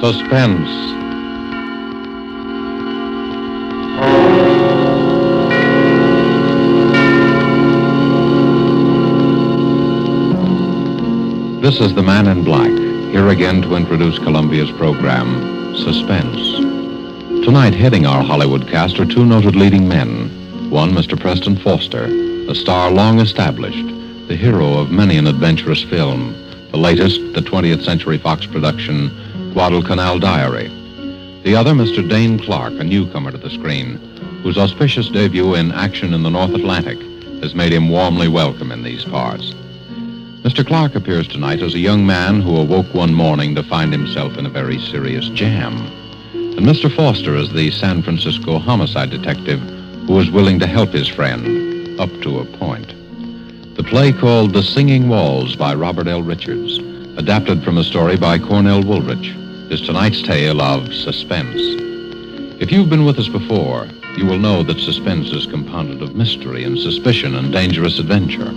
Suspense. This is The Man in Black, here again to introduce Columbia's program, Suspense. Tonight, heading our Hollywood cast are two noted leading men. One, Mr. Preston Foster, a star long established, the hero of many an adventurous film, the latest, the 20th Century Fox production, Guadalcanal Diary. The other, Mr. Dane Clark, a newcomer to the screen, whose auspicious debut in action in the North Atlantic has made him warmly welcome in these parts. Mr. Clark appears tonight as a young man who awoke one morning to find himself in a very serious jam. And Mr. Foster is the San Francisco homicide detective who is willing to help his friend up to a point. The play called The Singing Walls by Robert L. Richards, adapted from a story by Cornell Woolrich, is tonight's tale of suspense. If you've been with us before, you will know that suspense is compounded of mystery and suspicion and dangerous adventure.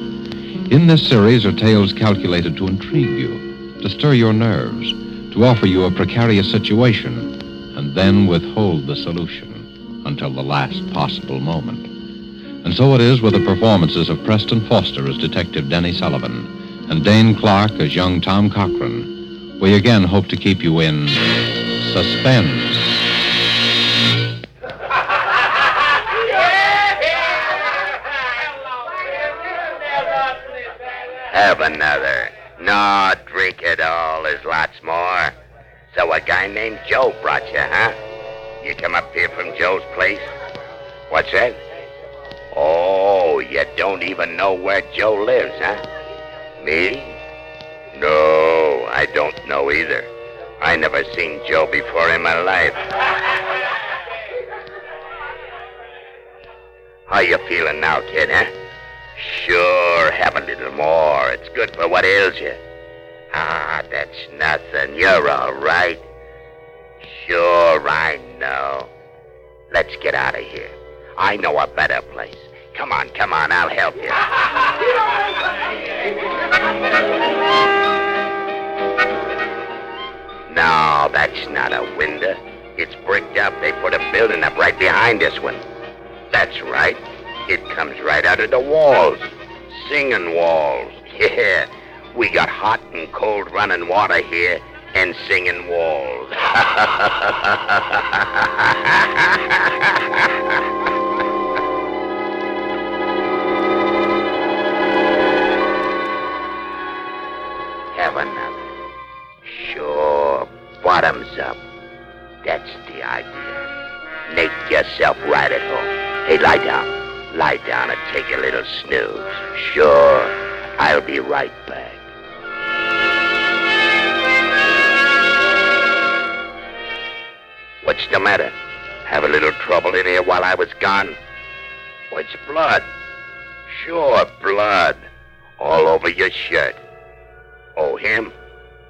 In this series are tales calculated to intrigue you, to stir your nerves, to offer you a precarious situation, and then withhold the solution until the last possible moment. And so it is with the performances of Preston Foster as Detective Denny Sullivan and Dane Clark as young Tom Cochran. We again hope to keep you in suspense. Have another. No, drink it all. There's lots more. So a guy named Joe brought you, huh? You come up here from Joe's place? What's that? Oh, you don't even know where Joe lives, huh? Me? No, I don't know either. I never seen Joe before in my life. How you feeling now, kid, huh? Sure, have a little more. It's good for what ails you. Ah, that's nothing. You're all right. Sure, I know. Let's get out of here. I know a better place. Come on, come on, I'll help you. No, that's not a window. It's bricked up. They put a building up right behind this one. That's right. It comes right out of the walls. Singing walls. Yeah. We got hot and cold running water here and singing walls. Have another. Sure. Bottoms up. That's the idea. Make yourself right at home. Hey, lie down. Lie down and take a little snooze. Sure. I'll be right back. What's the matter? Have a little trouble in here while I was gone? Oh, it's blood. Sure, blood. All over your shirt. Oh, him?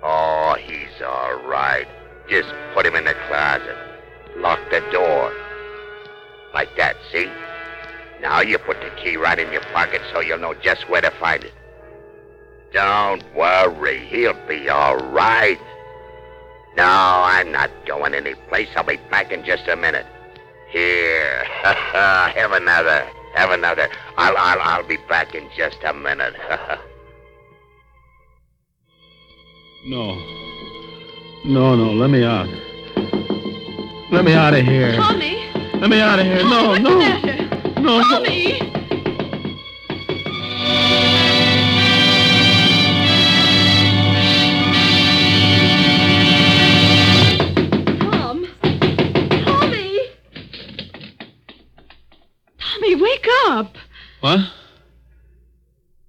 Oh, he's all right. Just put him in the closet. Lock the door. Like that, see? Now you put the key right in your pocket so you'll know just where to find it. Don't worry, he'll be all right. No, I'm not going anyplace. I'll be back in just a minute. Here, have another, have another. I'll, I'll, I'll be back in just a minute. No. No, no. Let me out. Let me out of here. Tommy! Let me out of here. No, What's no. Oh, the matter? No, no. Tommy! Tom! Tommy! Tommy, wake up! What?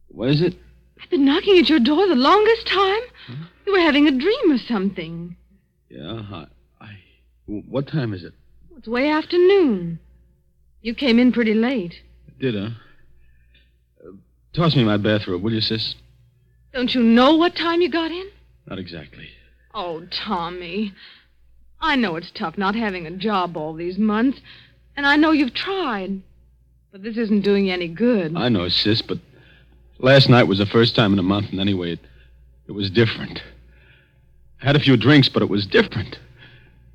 What is it? I've been knocking at your door the longest time. Hmm? You were having a dream or something. Yeah, I, I. w- What time is it? It's way after noon. You came in pretty late. Dinner. Uh, toss me my bathrobe, will you, sis? Don't you know what time you got in? Not exactly. Oh, Tommy. I know it's tough not having a job all these months, and I know you've tried. But this isn't doing you any good. I know, sis, but last night was the first time in a month, and anyway, it, it was different. I had a few drinks, but it was different.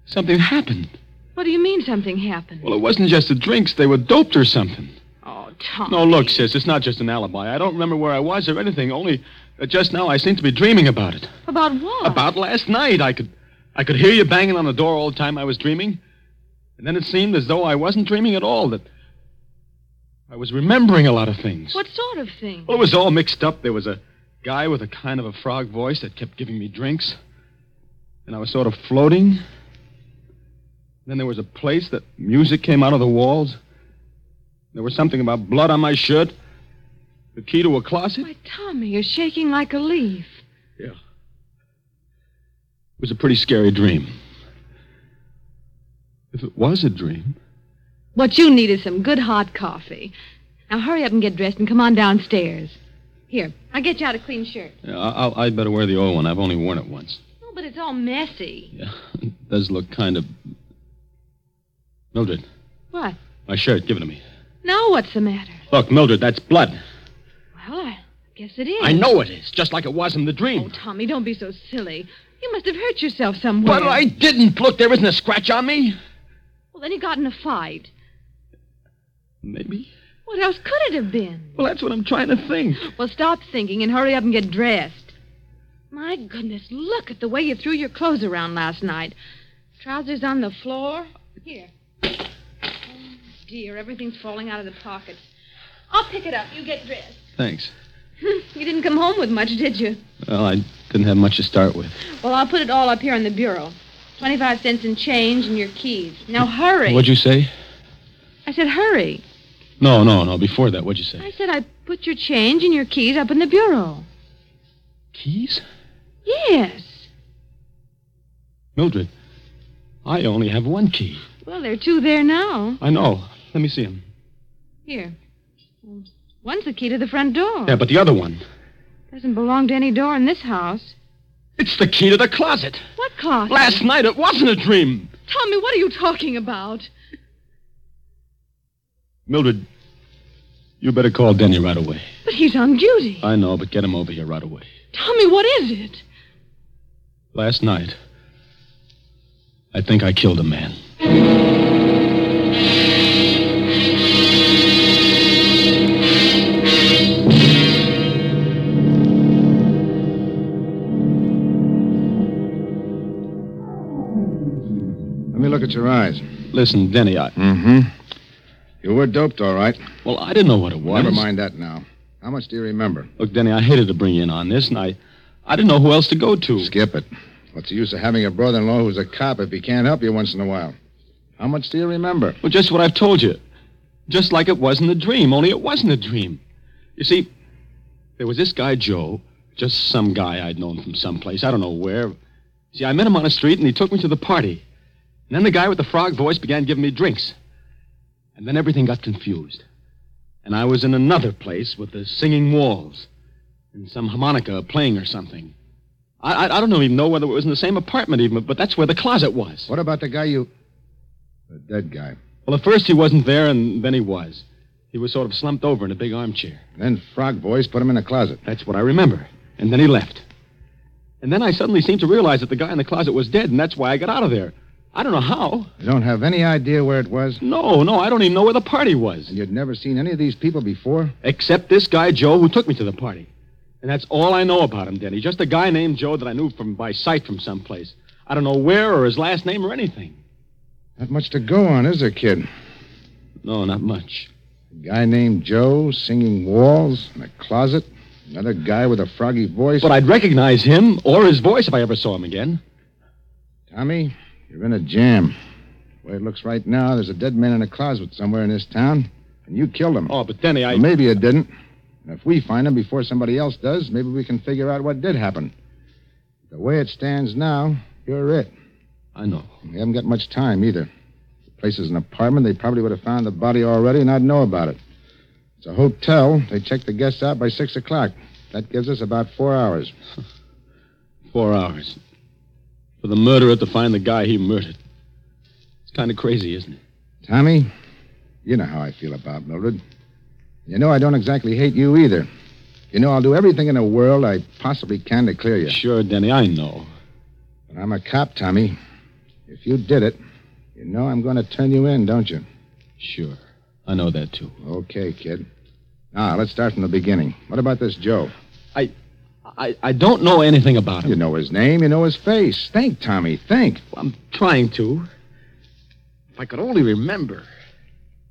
Something happened. What do you mean something happened? Well, it wasn't just the drinks. They were doped or something. Oh, Tom. No, look, sis, it's not just an alibi. I don't remember where I was or anything. Only uh, just now I seem to be dreaming about it. About what? About last night, I could, I could hear you banging on the door all the time I was dreaming, and then it seemed as though I wasn't dreaming at all. That I was remembering a lot of things. What sort of thing? Well, it was all mixed up. There was a guy with a kind of a frog voice that kept giving me drinks, and I was sort of floating. Then there was a place that music came out of the walls. There was something about blood on my shirt. The key to a closet. Why, Tommy, you're shaking like a leaf. Yeah. It was a pretty scary dream. If it was a dream. What you need is some good hot coffee. Now hurry up and get dressed and come on downstairs. Here, I'll get you out a clean shirt. Yeah, I, I, I'd better wear the old one. I've only worn it once. Oh, but it's all messy. Yeah, it does look kind of. Mildred, What? my shirt, give it to me. Now what's the matter? Look, Mildred, that's blood. Well, I guess it is. I know it is, just like it was in the dream. Oh, Tommy, don't be so silly. You must have hurt yourself somewhere. but I didn't. Look, there isn't a scratch on me. Well, then you got in a fight. Maybe. What else could it have been? Well, that's what I'm trying to think. Well, stop thinking and hurry up and get dressed. My goodness, look at the way you threw your clothes around last night. Trousers on the floor. Here. Oh, dear, everything's falling out of the pockets. I'll pick it up. You get dressed. Thanks. you didn't come home with much, did you? Well, I didn't have much to start with. Well, I'll put it all up here on the bureau. Twenty-five cents in change and your keys. Now hurry. What'd you say? I said hurry. No, no, no. Before that, what'd you say? I said I put your change and your keys up in the bureau. Keys? Yes. Mildred, I only have one key. Well, there are two there now. I know. Let me see him. Here. One's the key to the front door. Yeah, but the other one. Doesn't belong to any door in this house. It's the key to the closet. What closet? Last night, it wasn't a dream. Tommy, what are you talking about? Mildred, you better call Denny right away. But he's on duty. I know, but get him over here right away. Tommy, what is it? Last night, I think I killed a man. Let me look at your eyes. Listen, Denny, I. Mm-hmm. You were doped, all right. Well, I didn't know what it was. Never mind that now. How much do you remember? Look, Denny, I hated to bring you in on this, and I. I didn't know who else to go to. Skip it. What's the use of having a brother-in-law who's a cop if he can't help you once in a while? How much do you remember? Well, just what I've told you. Just like it wasn't a dream, only it wasn't a dream. You see, there was this guy, Joe, just some guy I'd known from someplace, I don't know where. See, I met him on a street, and he took me to the party. And then the guy with the frog voice began giving me drinks. And then everything got confused. And I was in another place with the singing walls and some harmonica playing or something. I, I, I don't even know whether it was in the same apartment, even, but that's where the closet was. What about the guy you... The dead guy. Well, at first he wasn't there, and then he was. He was sort of slumped over in a big armchair. Then Frog Boys put him in a closet. That's what I remember. And then he left. And then I suddenly seemed to realize that the guy in the closet was dead, and that's why I got out of there. I don't know how. You don't have any idea where it was? No, no, I don't even know where the party was. And you'd never seen any of these people before? Except this guy, Joe, who took me to the party. And that's all I know about him, Denny. Just a guy named Joe that I knew from by sight from someplace. I don't know where or his last name or anything. Not much to go on, is there, kid? No, not much. A guy named Joe singing walls in a closet. Another guy with a froggy voice. But I'd recognize him or his voice if I ever saw him again. Tommy, you're in a jam. The way it looks right now, there's a dead man in a closet somewhere in this town, and you killed him. Oh, but Denny, I. Well, maybe you didn't. And if we find him before somebody else does, maybe we can figure out what did happen. The way it stands now, you're it. I know. We haven't got much time either. The place is an apartment. They probably would have found the body already, and I'd know about it. It's a hotel. They check the guests out by six o'clock. That gives us about four hours. Four hours. For the murderer to find the guy he murdered. It's kind of crazy, isn't it? Tommy, you know how I feel about Mildred. You know I don't exactly hate you either. You know I'll do everything in the world I possibly can to clear you. Sure, Denny, I know. But I'm a cop, Tommy. If you did it, you know I'm going to turn you in, don't you? Sure. I know that, too. Okay, kid. Now, let's start from the beginning. What about this Joe? I, I don't know anything about him. You know his name, you know his face. Think, Tommy, think. I'm trying to. If I could only remember.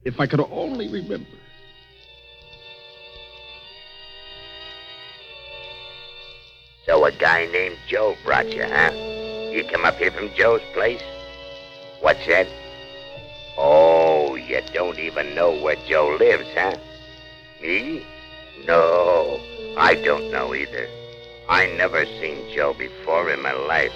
If I could only remember. So a guy named Joe brought you, huh? You come up here from Joe's place? What's that? Oh, you don't even know where Joe lives, huh? Me? No, I don't know either. I never seen Joe before in my life.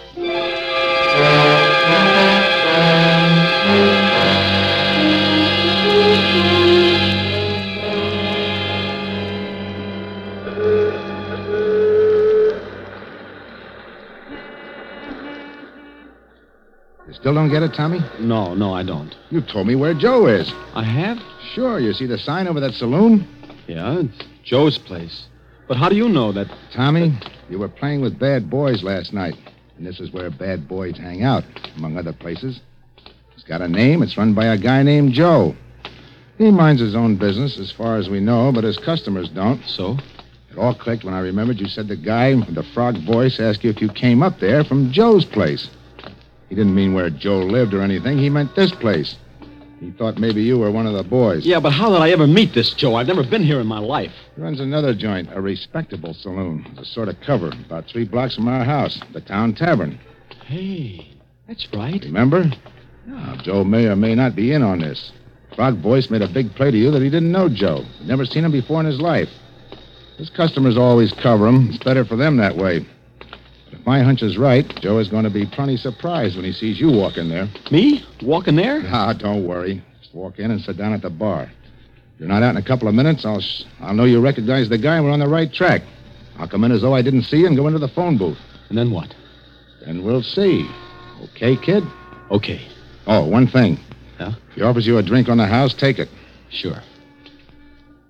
You still don't get it, Tommy? No, no, I don't. You told me where Joe is. I have? Sure, you see the sign over that saloon? Yeah, it's Joe's place. But how do you know that? Tommy, you were playing with bad boys last night. And this is where bad boys hang out, among other places. It's got a name. It's run by a guy named Joe. He minds his own business, as far as we know, but his customers don't. So? It all clicked when I remembered you said the guy with the frog voice asked you if you came up there from Joe's place. He didn't mean where Joe lived or anything. He meant this place. He thought maybe you were one of the boys. Yeah, but how did I ever meet this Joe? I've never been here in my life. He runs another joint, a respectable saloon. It's a sort of cover, about three blocks from our house, the town tavern. Hey, that's right. Remember? Now, Joe may or may not be in on this. Frog Voice made a big play to you that he didn't know Joe. He'd never seen him before in his life. His customers always cover him. It's better for them that way. But if my hunch is right, Joe is going to be plenty surprised when he sees you walk in there. Me? Walking there? Ah, don't worry. Just walk in and sit down at the bar. If you're not out in a couple of minutes, I'll, sh- I'll know you recognize the guy and we're on the right track. I'll come in as though I didn't see you and go into the phone booth. And then what? Then we'll see. Okay, kid? Okay, Oh, one thing. Huh? If he offers you a drink on the house, take it. sure.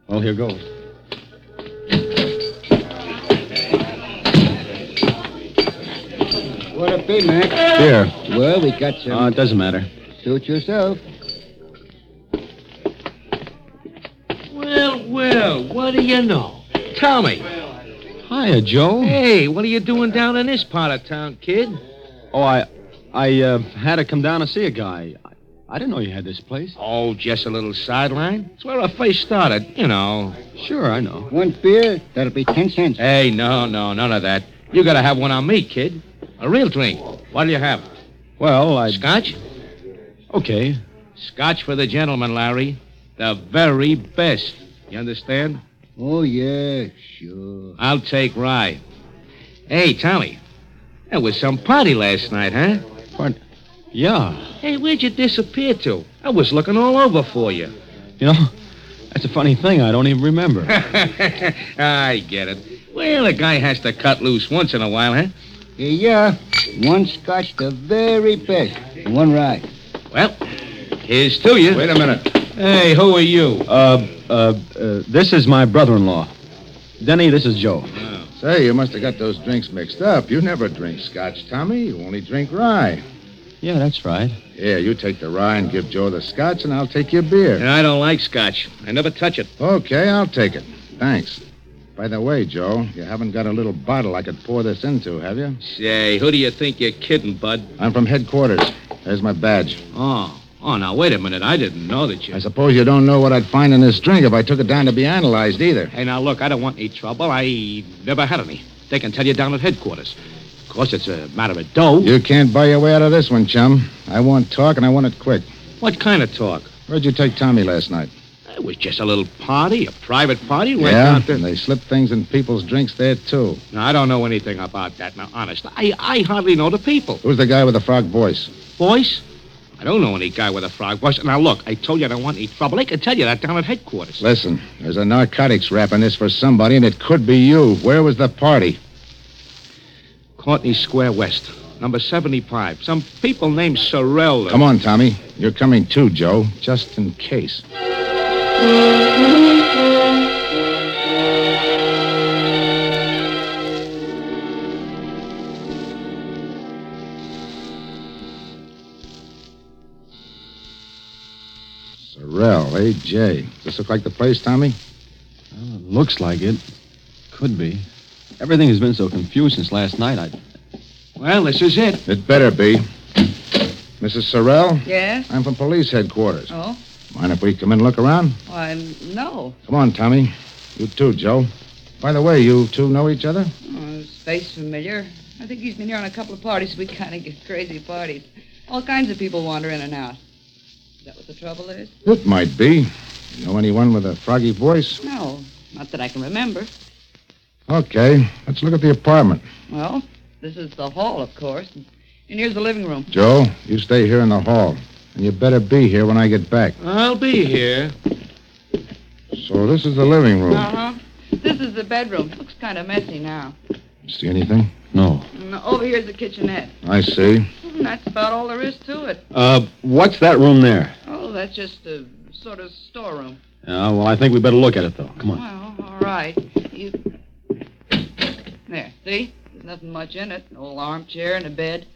Well, here goes. What'd it be, Mac? Here. Well, we got some. Uh, it doesn't matter. Suit yourself. Well, well, what do you know? Tommy. Hiya, Joe. Hey, what are you doing down in this part of town, kid? Oh, I, I uh, had to come down to see a guy. I, I didn't know you had this place. Oh, just a little sideline. It's where I first started, you know. Sure, I know. One beer, that'll be ten cents. Hey, no, no, none of that. You gotta have one on me, kid. A real drink. What'll you have? Well, I. Scotch? Okay. Scotch for the gentleman, Larry. The very best. You understand? Oh, yeah, sure. I'll take rye. Hey, Tommy. That was some party last night, huh? Yeah. Hey, where'd you disappear to? I was looking all over for you. You know, that's a funny thing. I don't even remember. I get it. Well, a guy has to cut loose once in a while, huh? Yeah, yeah. One scotch, the very best. and One rye. Well, here's to you. Wait a minute. Hey, who are you? Uh, uh, uh, this is my brother in law. Denny, this is Joe. Say, you must have got those drinks mixed up. You never drink scotch, Tommy. You only drink rye. Yeah, that's right. Here, you take the rye and give Joe the scotch, and I'll take your beer. I don't like scotch. I never touch it. Okay, I'll take it. Thanks. By the way, Joe, you haven't got a little bottle I could pour this into, have you? Say, who do you think you're kidding, bud? I'm from headquarters. There's my badge. Oh, oh, now wait a minute. I didn't know that you. I suppose you don't know what I'd find in this drink if I took it down to be analyzed either. Hey, now look, I don't want any trouble. I never had any. They can tell you down at headquarters. Of course, it's a matter of dough. You can't buy your way out of this one, chum. I want talk, and I want it quick. What kind of talk? Where'd you take Tommy last night? It was just a little party, a private party. Went yeah, down to- and they slip things in people's drinks there, too. Now, I don't know anything about that. Now, honest, I, I hardly know the people. Who's the guy with the frog voice? Voice? I don't know any guy with a frog voice. Now, look, I told you I don't want any trouble. They could tell you that down at headquarters. Listen, there's a narcotics rap in this for somebody, and it could be you. Where was the party? Courtney Square West, number 75. Some people named Sorrell. Come on, Tommy. You're coming too, Joe, just in case. Sorrel, AJ. Does this look like the place, Tommy? Well, it looks like it. Could be. Everything has been so confused since last night. I. Well, this is it. It better be. Mrs. Sorrel, Yes? I'm from police headquarters. Oh? Mind if we come in and look around? Why, no. Come on, Tommy. You too, Joe. By the way, you two know each other? Oh, his face familiar. I think he's been here on a couple of parties. We kind of get crazy parties. All kinds of people wander in and out. Is that what the trouble is? It might be. You know anyone with a froggy voice? No, not that I can remember. Okay, let's look at the apartment. Well, this is the hall, of course. And here's the living room. Joe, you stay here in the hall. And you better be here when I get back. I'll be here. So this is the living room. Uh huh. This is the bedroom. Looks kind of messy now. See anything? No. And over here's the kitchenette. I see. And that's about all there is to it. Uh, what's that room there? Oh, that's just a sort of storeroom. Uh, well, I think we better look at it, though. Come on. Well, all right. You... There, see? There's nothing much in it. An old armchair and a bed.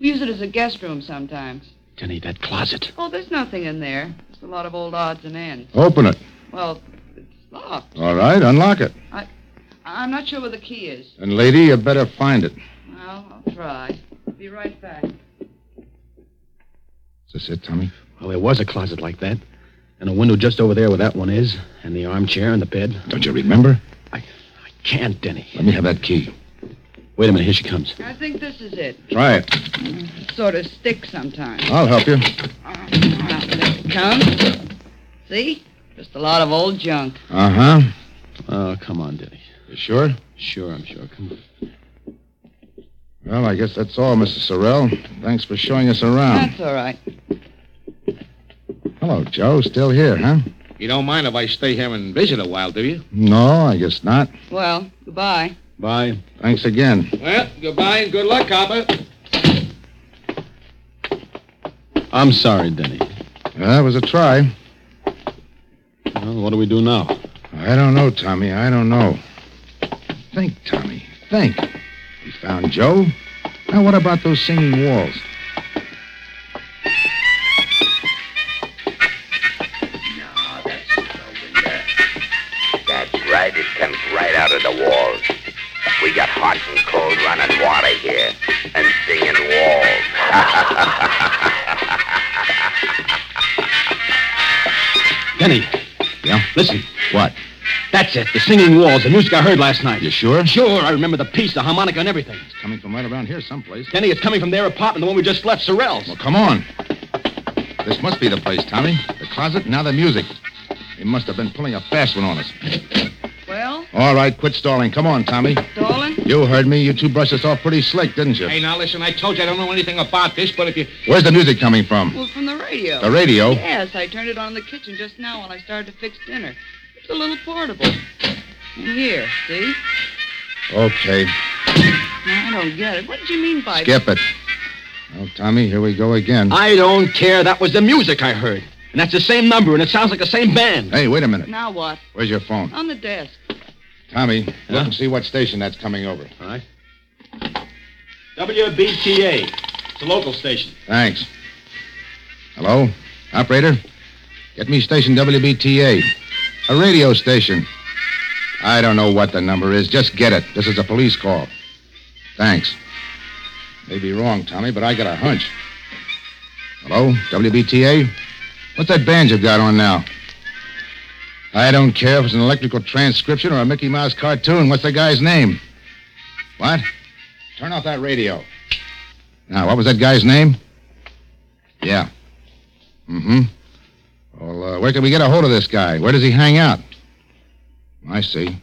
We use it as a guest room sometimes. Jenny, that closet. Oh, there's nothing in there. Just a lot of old odds and ends. Open it. Well, it's locked. All right, unlock it. I- I'm not sure where the key is. And, lady, you better find it. Well, I'll try. Be right back. Is this it, Tommy? Well, there was a closet like that. And a window just over there where that one is. And the armchair and the bed. Don't you remember? I can't, Denny. Let me have that key. Wait a minute. Here she comes. I think this is it. Try it. Sort of sticks sometimes. I'll help you. Ah, now, there it comes. See? Just a lot of old junk. Uh huh. Oh, come on, Denny. You sure? Sure, I'm sure. Come on. Well, I guess that's all, Mrs. Sorrell. Thanks for showing us around. That's all right. Hello, Joe. Still here, huh? You don't mind if I stay here and visit a while, do you? No, I guess not. Well, goodbye. Bye. Thanks again. Well, goodbye and good luck, Hopper. I'm sorry, Denny. That was a try. Well, what do we do now? I don't know, Tommy. I don't know. Think, Tommy. Think. We found Joe. Now, what about those singing walls? No, that's no window. That's right. It comes right out of the walls. We got hot and cold running water here and singing walls. Denny. Yeah? Listen, What? that's it. The singing walls, the music I heard last night. You sure? Sure, I remember the piece, the harmonica, and everything. It's coming from right around here someplace. Denny, it's coming from their apartment, the one we just left, Sorrell's. Well, come on. This must be the place, Tommy. The closet, now the music. They must have been pulling a fast one on us. Well, All right, quit stalling. Come on, Tommy. Dolan? You heard me. You two brushed us off pretty slick, didn't you? Hey, now listen, I told you I don't know anything about this, but if you. Where's the music coming from? Well, from the radio. The radio? Yes, I turned it on in the kitchen just now when I started to fix dinner. It's a little portable. And here, see? Okay, I don't get it. What did you mean by skip it. Well, Tommy, here we go again. I don't care. That was the music I heard. And that's the same number, and it sounds like the same band. Hey, wait a minute. Now what? Where's your phone? On the desk. Tommy, look Huh? and see what station that's coming over. All right. WBTA. It's a local station. Thanks. Hello? Operator? Get me station WBTA. A radio station. I don't know what the number is. Just get it. This is a police call. Thanks. May be wrong, Tommy, but I got a hunch. Hello? WBTA? What's that band you've got on now? I don't care if it's an electrical transcription or a Mickey Mouse cartoon. What's the guy's name? What? Turn off that radio. Now, what was that guy's name? Yeah. Mm-hmm. Well, uh, where can we get a hold of this guy? Where does he hang out? I see.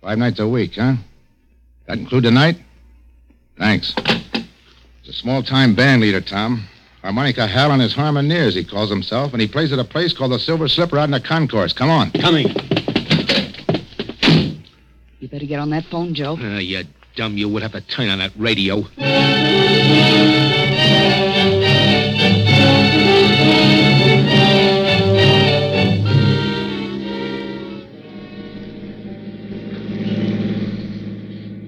Five nights a week, huh? That include tonight? Thanks. It's a small-time band leader, Tom. Harmonica Hal and his harmoneers, he calls himself, and he plays at a place called the Silver Slipper out in the concourse. Come on. Coming. You better get on that phone, Joe. Ah, you dumb. You would have to turn on that radio.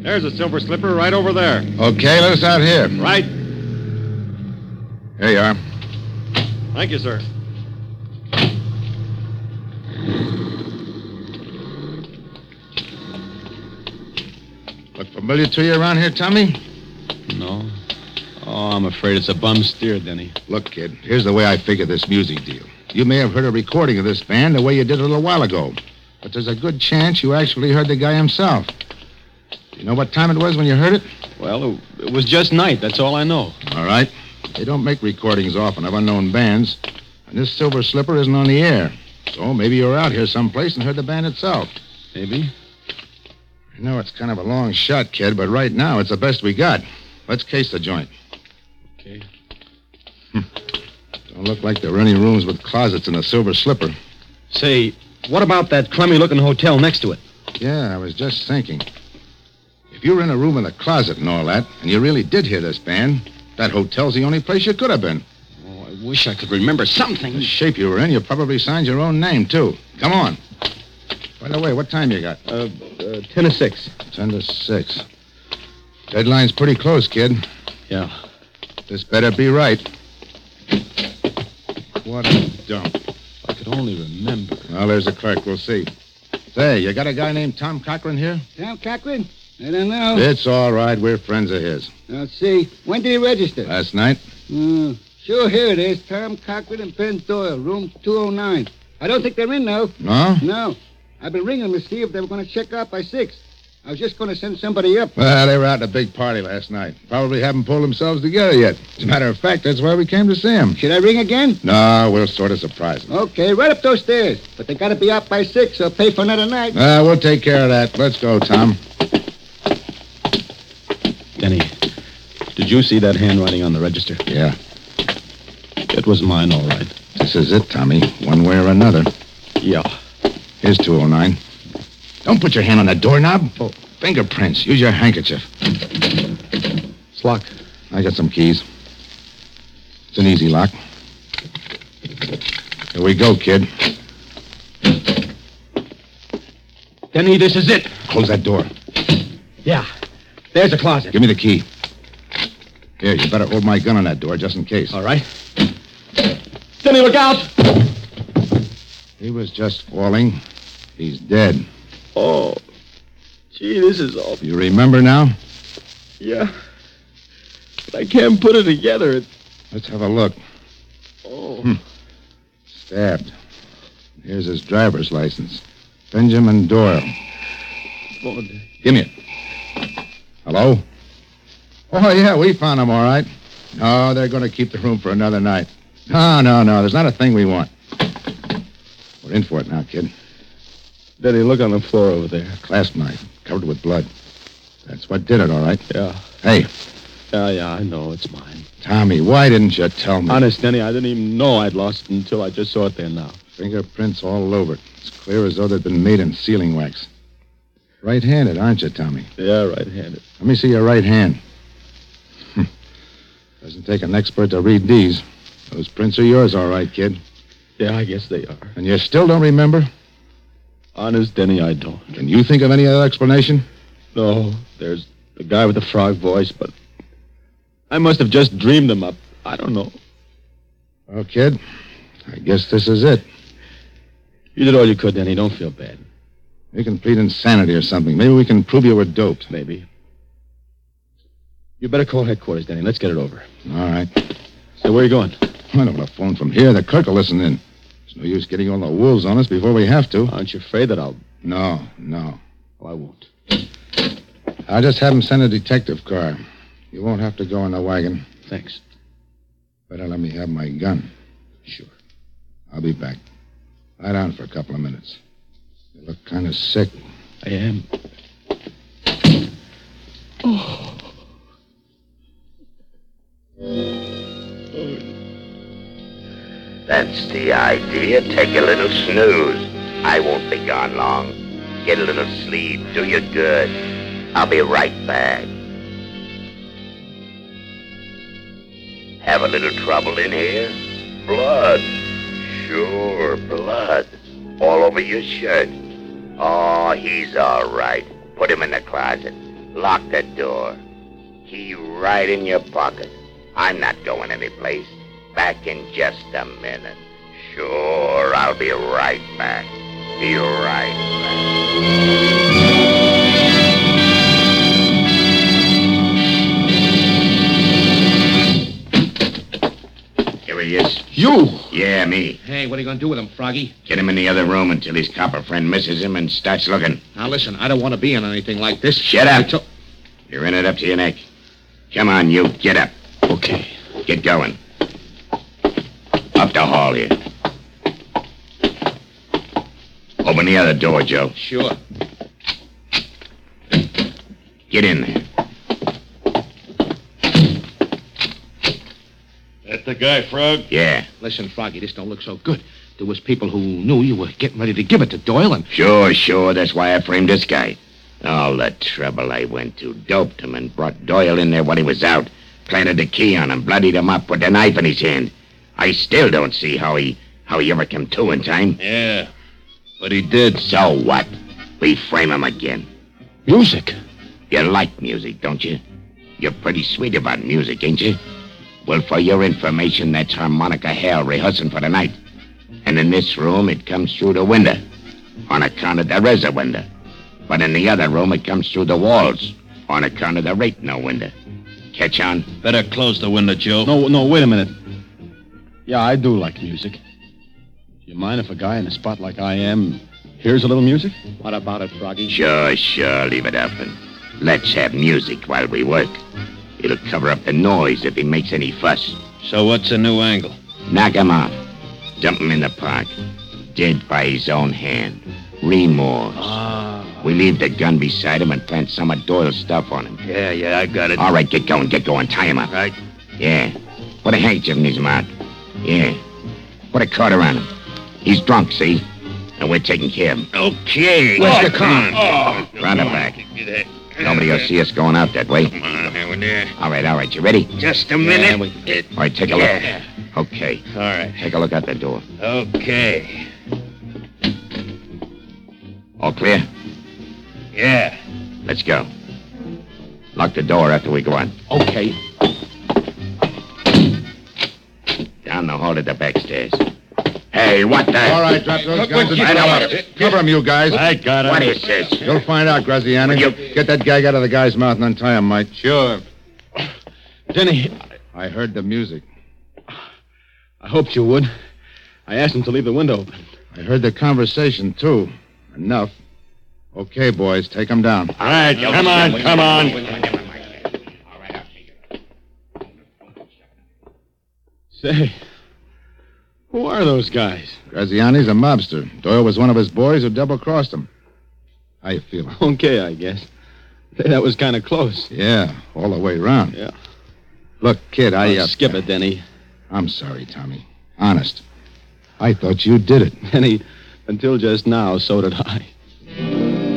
There's a silver slipper right over there. Okay, let us out here. Right. Here you are. Thank you, sir. Familiar to you around here, Tommy? No. Oh, I'm afraid it's a bum steer, Denny. Look, kid, here's the way I figure this music deal. You may have heard a recording of this band the way you did a little while ago, but there's a good chance you actually heard the guy himself. You know what time it was when you heard it? Well, it, it was just night. That's all I know. All right. They don't make recordings often of unknown bands, and this Silver Slipper isn't on the air. So maybe you were out here someplace and heard the band itself. Maybe. I know it's kind of a long shot, kid, but right now it's the best we got. Let's case the joint. Hmm. Okay. Don't look like there are any rooms with closets and a Silver Slipper. Say, what about that crummy-looking hotel next to it? Yeah, I was just thinking. If you were in a room with a closet and all that, and you really did hear this band, that hotel's the only place you could have been. Oh, I wish I could remember The something. shape you were in, you probably signed your own name, too. Come on. By the way, what time you got? Uh, uh, ten to six. Ten to six. Deadline's pretty close, kid. Yeah. This better be right. What a dump. I could only remember. Now, there's the clerk. We'll see. Say, you got a guy named Tom Cochran here? Tom Cochran? I don't know. It's all right. We're friends of his. Let's see. When did he register? Last night? Hmm. sure, here it is. Tom Cochran and Ben Doyle, room 209. I don't think they're in, though. No? No. I've been ringing to see if they were going to check out by 6. I was just going to send somebody up. Well, they were out at a big party last night. Probably haven't pulled themselves together yet. As a matter of fact, that's why we came to see him. Should I ring again? No, we'll sort of surprise him. Okay, right up those stairs. But they got to be out by 6 or pay for another night. Uh, we'll take care of that. Let's go, Tom. Denny, did you see that handwriting on the register? Yeah, It was mine, all right. this is it, Tommy. One way or another. Yeah. Here's 209. Don't put your hand on that doorknob. Oh, fingerprints. Use your handkerchief. It's locked. I got some keys. It's an easy lock. Here we go, kid. Denny, this is it. Close that door. Yeah. There's a closet. Give me the key. Here, you better hold my gun on that door just in case. All right. Denny, look out! He was just falling. He's dead. Oh. Gee, this is awful. You remember now? Yeah. But I can't put it together. It, Let's have a look. oh. Stabbed. Here's his driver's license. Benjamin Doyle. Come on, Denny. Give me it. Hello? Oh, yeah, we found him all right. No, they're going to keep the room for another night. No, no, no. There's not a thing we want. We're in for it now, kid. Denny, look on the floor over there. Clasp knife, covered with blood. That's what did it, all right. Yeah. Hey, Yeah, yeah, I know. It's mine. Tommy, why didn't you tell me? Honest, Denny, I didn't even know I'd lost it until I just saw it there now. Fingerprints all over. it. It's clear as though they'd been made in sealing wax. Right handed, aren't you, Tommy? Yeah, right-handed. Let me see your right hand. Hmm. Doesn't take an expert to read these. Those prints are yours, all right, kid. Yeah, I guess they are. And you still don't remember? Honest, Denny, I don't. Can you think of any other explanation? No, there's the guy with the frog voice, but I must have just dreamed him up. I don't know. Well, kid, I guess this is it. You did all you could, Denny. Don't feel bad. You can plead insanity or something. Maybe we can prove you were doped. Maybe. You better call headquarters, Denny. Let's get it over. All right. So where are you going? I don't want a phone from here. The clerk will listen in. It's no use getting all the wolves on us before we have to. Aren't you afraid that I'll? No, no. Oh, I won't. I'll just have him send a detective car. You won't have to go in the wagon. Thanks. Better let me have my gun. Sure. I'll be back. Lie down for a couple of minutes. You look kind of sick. I am. That's the idea. Take a little snooze. I won't be gone long. Get a little sleep. Do you good. I'll be right back. Have a little trouble in here? Blood. Sure, blood. All over your shirt. Oh, he's all right. Put him in the closet. Lock the door. Key right in your pocket. I'm not going anyplace. Back in just a minute. Sure, I'll be right back. Be right back. he is. You! Yeah, me. Hey, what are you going to do with him, Froggy? Get him in the other room until his copper friend misses him and starts looking. Now, listen, I don't want to be in anything like this. Shut up. It's- You're in it up to your neck. Come on, you. Get up. Okay. Get going. Up the hall here. Open the other door, Joe. Sure. Get in there. That the guy, Frog? Yeah. Listen, Froggy, this don't look so good. There was people who knew you were getting ready to give it to Doyle, and Sure, sure. That's why I framed this guy. All the trouble I went to. Doped him and brought Doyle in there when he was out. Planted the key on him, bloodied him up, with a knife in his hand. I still don't see how he how he ever came to in time. Yeah. But he did. So what? We frame him again. music. You like music, don't you? You're pretty sweet about music, ain't you? Well, for your information, that's harmonica hell rehearsing for tonight. And in this room, it comes through the window. On account of there is a window. But in the other room, it comes through the walls. On account of there ain't no window. Catch on? Better close the window, Joe. No, no, wait a minute. Yeah, I do like music. Do you mind if a guy in a spot like I am hears a little music? What about it, Froggy? Sure, sure, leave it open. Let's have music while we work. It'll cover up the noise if he makes any fuss. So what's the new angle? Knock him off. Dump him in the park. Dead by his own hand. Remorse. Ah. Ah. We leave the gun beside him and plant some of Doyle's stuff on him. Yeah, yeah, I got it. All right, get going, get going. Tie him up. Right. Yeah. Put a handkerchief in his mouth. Yeah. Put a cord around him. He's drunk, see? And we're taking care of him. Okay. Where's the Oh, Hmm. car? Oh, Round it come on, back. give me that. Nobody will see us going out that way. Come on, over there. All right, all right. You ready? Just a minute. we- It- All right, take a look. yeah. Okay. All right. Take a look out the door. Okay. All clear? Yeah. Let's go. Lock the door after we go out. Okay. Down the hall to the back stairs. Hey, what the? All right, drop those Look guns what and you cover got. 'em. Cover them, you guys. I got it. What is this? You'll find out, Graziani. Will Get that gag out of the guy's mouth and untie him, Mike. Sure. Denny, I heard the music. I hoped you would. I asked him to leave the window open. I heard the conversation, too. Enough. Okay, boys, take him down. All right, come on, come on. Say, who are those guys? Graziani's a mobster. Doyle was one of his boys who double crossed him. How you feeling? Okay, I guess. That was kind of close. Yeah, all the way around. Yeah. Look, kid, I. Oh, Uh, skip it, Denny. I'm sorry, Tommy. Honest. I thought you did it. Denny, until just now, so did I.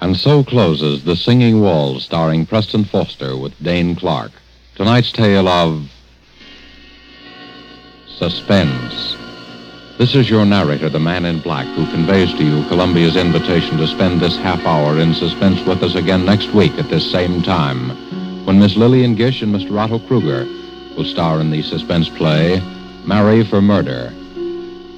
And so closes The Singing Walls, starring Preston Foster with Dane Clark. Tonight's tale of suspense. This is your narrator, the man in black, who conveys to you Columbia's invitation to spend this half hour in suspense with us again next week at this same time, when Miss Lillian Gish and Mr. Otto Kruger will star in the suspense play Marry for Murder.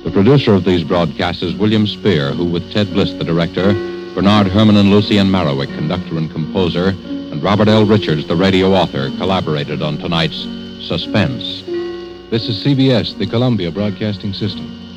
The producer of these broadcasts is William Spear, who, with Ted Bliss, the director, Bernard Herman and Lucien Marowick, conductor and composer, and Robert L. Richards, the radio author, collaborated on tonight's Suspense. This is CBS, the Columbia Broadcasting System.